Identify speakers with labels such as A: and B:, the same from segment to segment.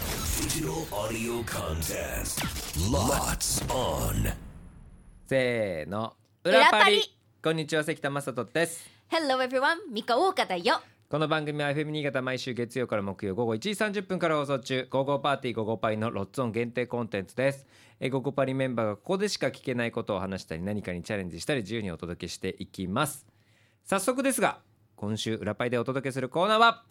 A: Digital audio contest. Lots on.
B: せーの
C: 裏パリ
B: こんにちは関田正人です
C: Hello everyone! ミカオーカだよ
B: この番組は FM 新潟毎週月曜から木曜午後1時30分から放送中「午後パーティー午後パリ」のロッツオン限定コンテンツですえー午後パリメンバーがここでしか聞けないことを話したり何かにチャレンジしたり自由にお届けしていきます早速ですが今週裏パリでお届けするコーナーは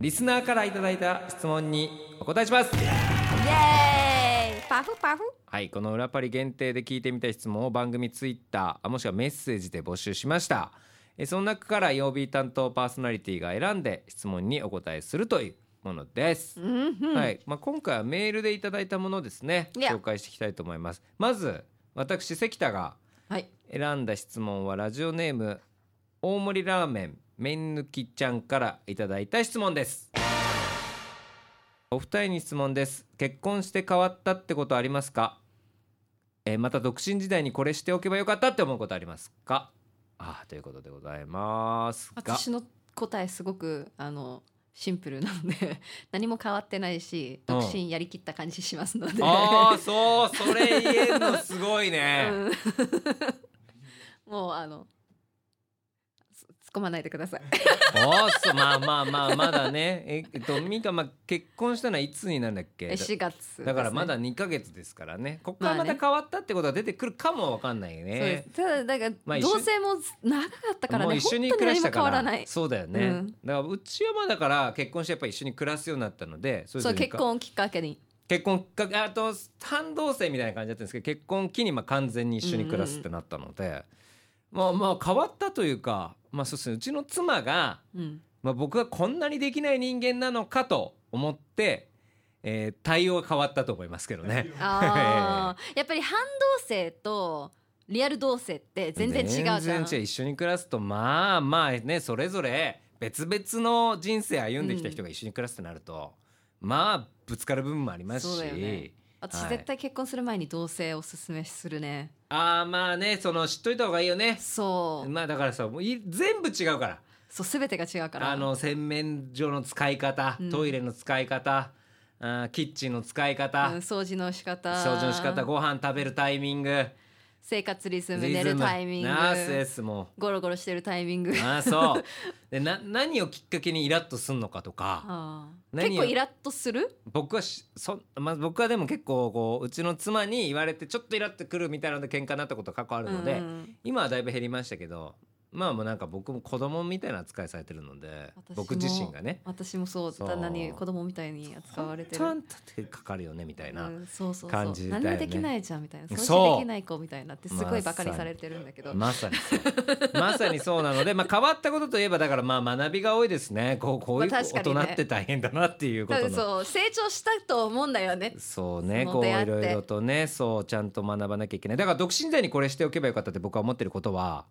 B: リスナーからいただいた質問にお答えします
C: イエーイパフパフ
B: はい、この裏パリ限定で聞いてみたい質問を番組ツイッターあもしくはメッセージで募集しましたえその中から曜日担当パーソナリティが選んで質問にお答えするというものです、はいまあ、今回はメールでいただいたものですね
C: Yeah
B: 紹介していきたいと思いますまず私関田が
C: はい
B: 選んだ質問はラジオネーム大盛りラーメン麺抜きちゃんからいただいた質問ですお二人に質問です結婚して変わったってことありますかえーまた独身時代にこれしておけばよかったって思うことありますかあーということでございますが
C: 私の答えすごくあのシンプルなので 何も変わってないし
B: うん
C: 独身やりきった感じしますので、
B: ああそうそれ言えるのすごいね、
C: うん もうあのつ突っ込まないでください
B: おーそうまあまあまあまだねええっとミカ、まあ、結婚したのはいつになるんだっけ
C: え4月ですね
B: だからまだ2ヶ月ですからねここから
C: ま
B: ま
C: あね
B: た変わったってことが出てくるかもわかんないよ
C: そうで
B: ね
C: す、ただだから
B: まあ一緒
C: 同棲も長かったから
B: もう
C: ね
B: 一緒
C: 本
B: に
C: 当に
B: 暮らし
C: 何
B: た
C: も変
B: か
C: わ
B: ら
C: らない
B: そうだよね、
C: うん
B: だからうちはまあだから結婚してやっぱ一緒に暮らすようになったのでそれぞ
C: そ
B: れ
C: う
B: に
C: 結婚をきっかけに
B: 結婚きっかけあと半同棲みたいな感じだったんですけど結婚を機にまあ完全に一緒に暮らすってなったので、まあまあ変わったというかまあそうですねうちの妻が
C: うん
B: まあ、僕がこんなにできない人間なのかと思って、えー対応が変わったと思いますけどね。
C: あーやっぱり半同棲とリアル同棲って全然違うじゃん
B: 全然違う一緒に暮らすとまあまあねそれぞれ別々の人生歩んできた人が一緒に暮らすとなると、まあぶつかる部分もあります
C: そうだよね
B: し。は
C: 私
B: い
C: 絶対結婚する前に同棲おすすめするね、
B: ああまあねその知っといた方がいいよね
C: そう、
B: まあだからさもうい全部違うから
C: そう全てが違うから
B: あの洗面所の使い方
C: うん
B: トイレの使い方、あーキッチンの使い方、
C: うん掃除の仕方
B: 掃除の仕方ご飯食べるタイミング
C: 生活リズム寝るタイミング
B: ナースですも
C: ゴロゴロしてるタイミング
B: うああそうでな何をきっかけにイラッとすんのかとか
C: あー
B: 何を
C: 結構イラッとする
B: 僕はしそ、まあ、僕はでも結構こううちの妻に言われてちょっとイラッとくるみたいなので喧嘩になったことが過去あるので、
C: うん
B: 今はだいぶ減りましたけどまあもうなんか僕も子供みたいな扱いされてるので
C: 私も
B: 僕自身がね
C: 私もそう
B: そう
C: 旦那に子供みたいに扱われてる
B: 本当あんた手かかるよねみたいな、
C: うんそうそうそう
B: 感じだよね
C: 何もできないじゃんみたいな
B: そう
C: 掃除できない子みたいなってすごいバカに
B: まさ
C: さ
B: に
C: れてるんだけど、
B: まさにそうまさにそうなので、まあ、変わったことといえばだからまあ学びが多いですねこうこういう
C: まあ
B: 大
C: 確かに
B: 人
C: ね
B: って大変だなっていうこ
C: 多
B: と
C: 分
B: の
C: そう成長したと思うんだよね
B: そうね
C: その
B: こうい
C: 出会って
B: ろいろとねそうちゃんと学ばなきゃいけないだから独身時代にこれしておけばよかったって僕は思ってることは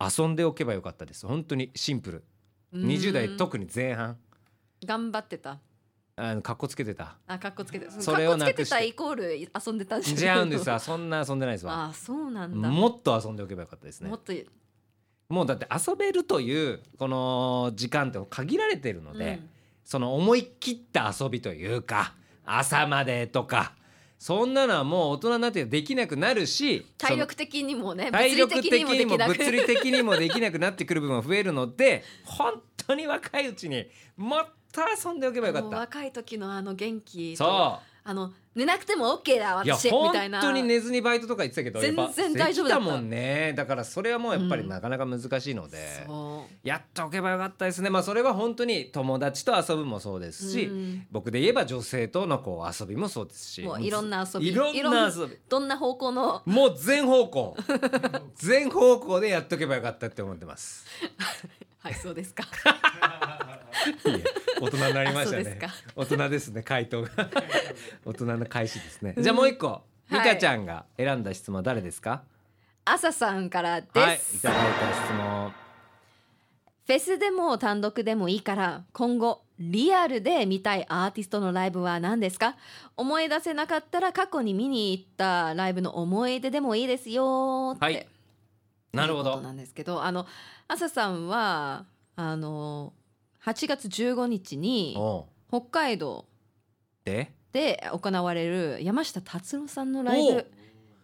B: 遊んでおけばよかったです本当にシンプル20代
C: うん
B: 特に前半
C: 頑張ってた
B: あのかっこつけてた
C: あかっこつけて
B: そ
C: そ
B: れ
C: れ
B: を
C: を
B: なく
C: な
B: して
C: くしてたイコール遊んでた
B: 違うんです
C: あ
B: そんな遊んでないですわ
C: あそうなんだも,、
B: もっと遊んでおけばよかったですね
C: っと
B: もうだって遊べるというこの時間って限られてるので、
C: うん
B: その思い切った遊びというか朝までとかそんなのはもう大人になってできなくなるし
C: 体力的にも ね
B: 体
C: 物理
B: 力
C: 的
B: 的
C: にも
B: に
C: で
B: も
C: きなく
B: 物理的にもできなくなってくる部分が増えるので 本当に若いうちにもっと遊んでおけばよか
C: も
B: っ
C: う
B: た
C: 若い時のあの元気と
B: そ
C: あの寝なくても OK だ
B: ういや
C: 私み
B: 本
C: たいな
B: 当に寝ずにバイトとか言ってたけど
C: 全然
B: やっぱ
C: 大丈夫だった
B: できもんねだからそれはもうやっぱり
C: うん
B: なかなか難しいので、
C: そ
B: やっておけばよかったですねまあそれは本当に友達と遊ぶもそうで
C: う
B: すし、
C: うん
B: 僕で言えば女性とのこう遊びもそうですし
C: もういろんな遊び
B: いろんな遊び
C: どんな方向の
B: もう全方 向全方向でやっとけばよかったって思ってます
C: はいそうですか
B: い え大人になりました
C: あそうです
B: ね
C: か
B: 大人ですね回 答が大人の開始ですねじゃあもう一個、
C: い
B: ミカちゃんが選んだ質問は誰ですか
C: 朝さんからで
B: はいい
C: す、
B: ただいた質問
C: フェスでも単独でもいいから今後リアルで見たいアーティストのライブは何ですか思い出せなかったら過去に見に行ったライブの思い出でもいいですよって、
B: はいなるほ
C: いうこ
B: ど
C: となんですけどあの朝さんはあの8月15日に
B: おう
C: 北海道
B: で
C: で行われる山下達郎さんのライ
B: おう
C: ブ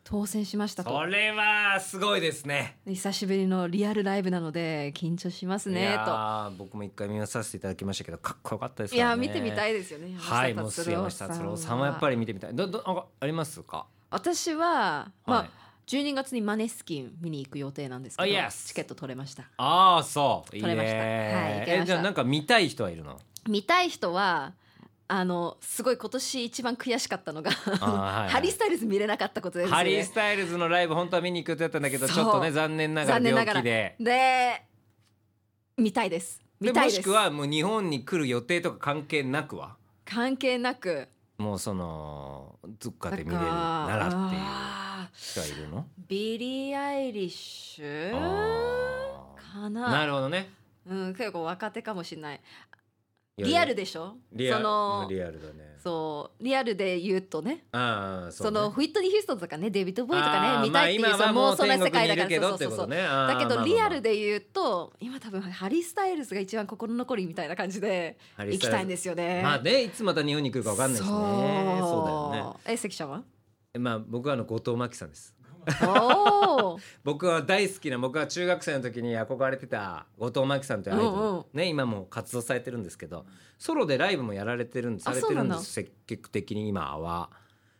C: 当選しましたと
B: それはすごいですね。
C: 久しぶりのリアルライブなので緊張します
B: い
C: ね
B: や
C: と
B: ー僕も一回見させていただきましたけどかっこよかったです
C: い
B: から
C: や
B: ね。
C: 見てみたいですよね
B: はい、もう
C: 郎
B: 山下達郎さんはやっぱり見てみたい。どどあありますか。
C: 私はまあ、
B: はい
C: 12月にマネスキン見に行く予定なんですけど、
B: あ yes
C: チケット取れました
B: ああそう。
C: 取れまし
B: い
C: た
B: いね
C: はい行けました
B: えじゃあなんか見たい人はいるの。
C: 見たい人はあのすごい今年一番悔しかったのが、
B: はいはい
C: ハリー・スタイルズ見れなかったことですね
B: ハリー・スタイルズのライブ本当は見に行くってやったんだけど
C: そう
B: ちょっとね残念ながら
C: 残念な
B: 病
C: がら
B: 気で。
C: で見たいです見たいです
B: もしくはもう日本に来る予定とか関係なくは
C: 関係なく
B: もうそのどっか
C: だ
B: で見れるならっていう
C: あー
B: 人はいるの
C: ビリー・アイリッシュ
B: あ
C: か
B: ー
C: な
B: なるほどね
C: うん、結構若手かもしれないリアルでしょ
B: リア
C: そ
B: ル
C: の
B: リアルだね
C: そうリアルで言うとね
B: ああ
C: そ
B: そうね
C: のフィットニー・ヒューストンとかねデビッド・ボーイと
B: あ
C: か
B: ー
C: ね見たいってい
B: ま
C: う、
B: あ
C: そ
B: 今は
C: の
B: も
C: 妄
B: う
C: 想の世界
B: 天国に
C: だ
B: い
C: か
B: る
C: ら
B: け
C: そ
B: どっ
C: うそ
B: て
C: う
B: こ
C: そう
B: とねあー
C: だ
B: まあまあ
C: け
B: ま
C: ど
B: あ
C: リアルで言うと今多分ハリー・スタイルズが一番心残りみたいな感じで
B: ハリー
C: 行
B: スタイルズ
C: きたいんですよね。
B: まあねいつまた日本に来るかわかんないしねそうだよね
C: え関ちゃんは
B: まあ僕はあの後藤真希さんです
C: おー
B: 僕は大好きな僕は中学生の時に憧れてた後藤真希さんというアイドル、
C: うんうん
B: ね今も活動されてるんですけどソロでライブもやられてるんでさ
C: あ
B: れてる
C: そうんな
B: で
C: の
B: す積極的に今は、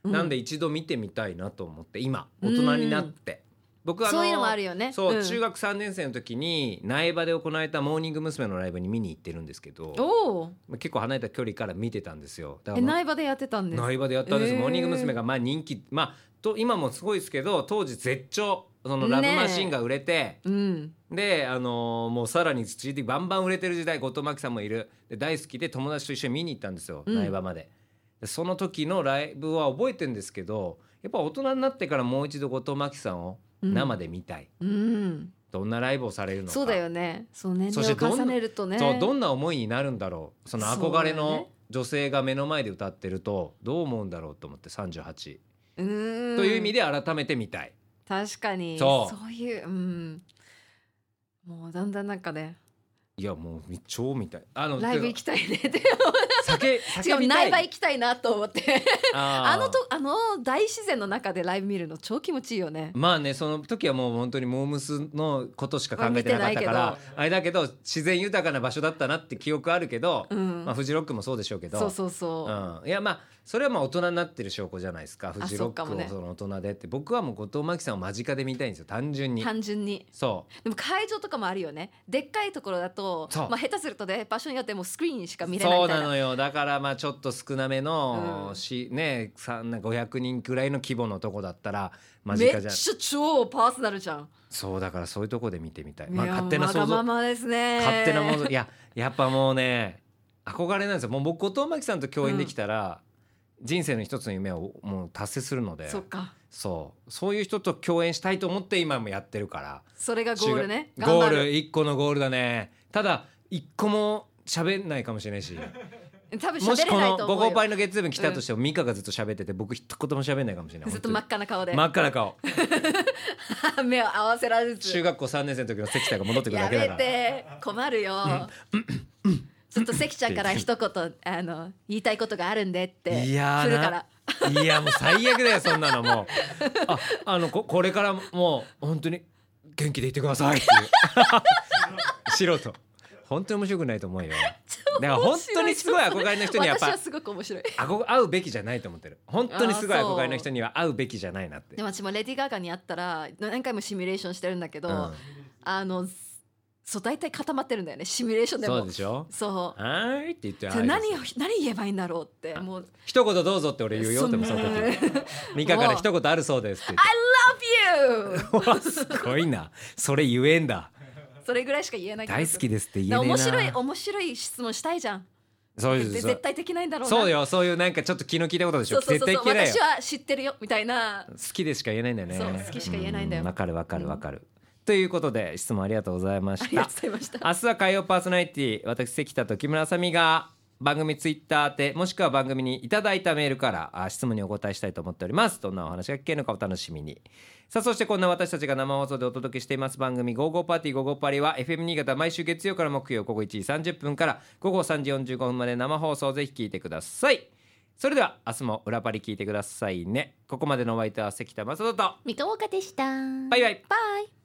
C: う ん
B: なんで一度見てみたいなと思って今大人になって、僕はあの
C: そういうのもあるよね。
B: そう、
C: ん
B: 中学3年生の時に苗場で行われたモーニング娘。のライブに見に行ってるんですけど
C: おー
B: まあ結構離れた距離から見てたんですよだか
C: え
B: らまあ
C: 内場でやってたんです。
B: 苗場でやったんです、
C: へー
B: モーニング娘。がまあ人気まあと今もすごいですけど当時絶頂そのラブマシーンが売れて、
C: うん。
B: であのーもうさらに CD バンバン売れてる時代後藤真希さんもいるで大好きで友達と一緒に見に行ったんですよ、
C: うん
B: 苗場まででその時のライブは覚えてるんですけどやっぱ大人になってからもう一度後藤真希さんを生で見たい、
C: うん。
B: どんなライブをされるのか
C: そうだよね。そう年
B: そし
C: 齢
B: て
C: を
B: どん
C: 重ねるとね。
B: そうどんな思いになるんだろうその憧れ
C: そうだよ
B: の
C: ね
B: 女性が目の前で歌ってるとどう思うんだろうと思って38、
C: うーん
B: という意味で改めて見たい
C: 確かにそ
B: そうう
C: いううんもうだんだんなんかね
B: いやもう超見たいあの
C: ライブ行
B: き
C: き たいねって
B: 酒
C: 違
B: 酒
C: う
B: 見た
C: 内
B: い
C: 場行きたいなと思って
B: あー
C: あのとあの大自然の中でライブ見るの超気持ちいいよね
B: まあねその時はもう本当にモームスのことしか考えてなかったか
C: まあ
B: ら
C: 見て
B: あれだけど自然豊かな場所だったなって記憶あるけど、
C: うん、
B: まあ、フジロックもそうでしょうけど
C: そうそうそう、
B: うん、いやまあそれはまあ大人になってる証拠じゃないですかフジロ
C: そっか
B: ッ
C: も
B: ク
C: ね
B: をその大人でって、僕はもう後藤真希さんを間近で見たいんですよ単純に
C: 単純に
B: そ
C: でも会場とかもあるよねでっかいところだと
B: そう
C: まあ、下手するとね場所によってもうスクリーンしか見
B: う
C: れない
B: そ
C: み
B: う
C: たい
B: な
C: な
B: のよだからまあちょっと少なめの、
C: うん
B: しねさん500人くらいの規模のとこだったら間
C: め
B: 近
C: っ
B: じゃん
C: ちゃ超パーソナルじゃん、
B: そうだからそういうとこで見てみたい、
C: い
B: まあ、
C: や
B: 勝手な想
C: わが
B: 像
C: ままですね
B: 勝手なものいややっぱもうね憧れなんですよもう僕後藤真希さんと共演できたら、人生の一つの夢をもう達成するので
C: そっか
B: そうそういう人と共演したいと思って今もやってるから
C: それがゴールね
B: 中ゴ
C: 頑張
B: ー
C: る
B: ル一個のゴールだねただ一個も喋んないかもしれないし
C: 多分
B: も
C: 喋
B: し
C: れ
B: こ
C: ない
B: の
C: と
B: 「ゴ
C: 思う
B: ゴパイ」
C: よ
B: の月曜日に来たとしても、ミカがずっと喋ってて僕一言も喋んないかもしれない
C: ずっと真っ
B: 本
C: 赤な顔
B: 当
C: で
B: に真っ赤な顔
C: 目を合わせられず
B: 中学校3年生の時の関田が戻ってくる
C: や
B: だけだ
C: め
B: から
C: て困るよちょっと関ちゃんから一言あの言いたいことがあるんでって
B: い
C: する
B: やー
C: から
B: ないやもう最悪だよそんなの もうああのここれからもう本当に元気でいてくださいって いう素人本当に面白くないと思うよだから本当にすごい憧れの人にはやっ
C: 私は
B: ぱ
C: すごく面白い
B: 憧会うべきじゃないと思ってる本当にすごい
C: あーそう
B: 憧れの人には会うべきじゃないなって
C: でも私もレディー・ガガに会ったら何回もシミュレーションしてるんだけど、
B: うん
C: あのそう大体固まってるんだよねシミュレーションでも
B: そうでしょ
C: そう
B: はーいって言って
C: じゃあ
B: 挨拶
C: 何を何言えばいいんだろうってもう
B: 一言どうぞって俺言うよでもその
C: そんな
B: 時ミカから一言あるそうですって
C: 「Love you!」
B: 言ってすごいなそれ言えんだ
C: それぐらいしか言えない
B: 大好きですって言えねえな
C: 面白い面白い質問したいじゃん
B: そう
C: で
B: ですそう
C: 絶対できないんだろうな
B: そうだよそういうなんかちょっと気の利いたことでし
C: そ
B: ょ
C: うそう
B: 絶
C: そ
B: 対
C: うそ
B: 聞
C: う
B: けないよ
C: 私は知ってるよみたいな
B: 好きでしか言えないんだよね
C: そう好きしか言えないんだよ
B: うわかるわかるわかる、ということで質問ありがとうございま
C: あ
B: し
C: りが
B: た
C: とうございました
B: 明日は火曜パーソナリティ私関田と木村あさみが番組ツイッター宛てもしくは番組にいただいたメールからあ質問にお答えしたいと思っておりますどんなお話が聞けるのかお楽しみにさあそしてこんな私たちが生放送でお届けしています番組「ゴーゴーパーティーゴーゴーパリ」は FM 新潟毎週月曜から木曜午後1時30分から午後3時45分まで生放送ぜひ聞いてくださいそれでは明日も裏パリ聞いてくださいねここまでのお相手は関田正人と
C: 三河岡でした
B: バイバイ
C: バイ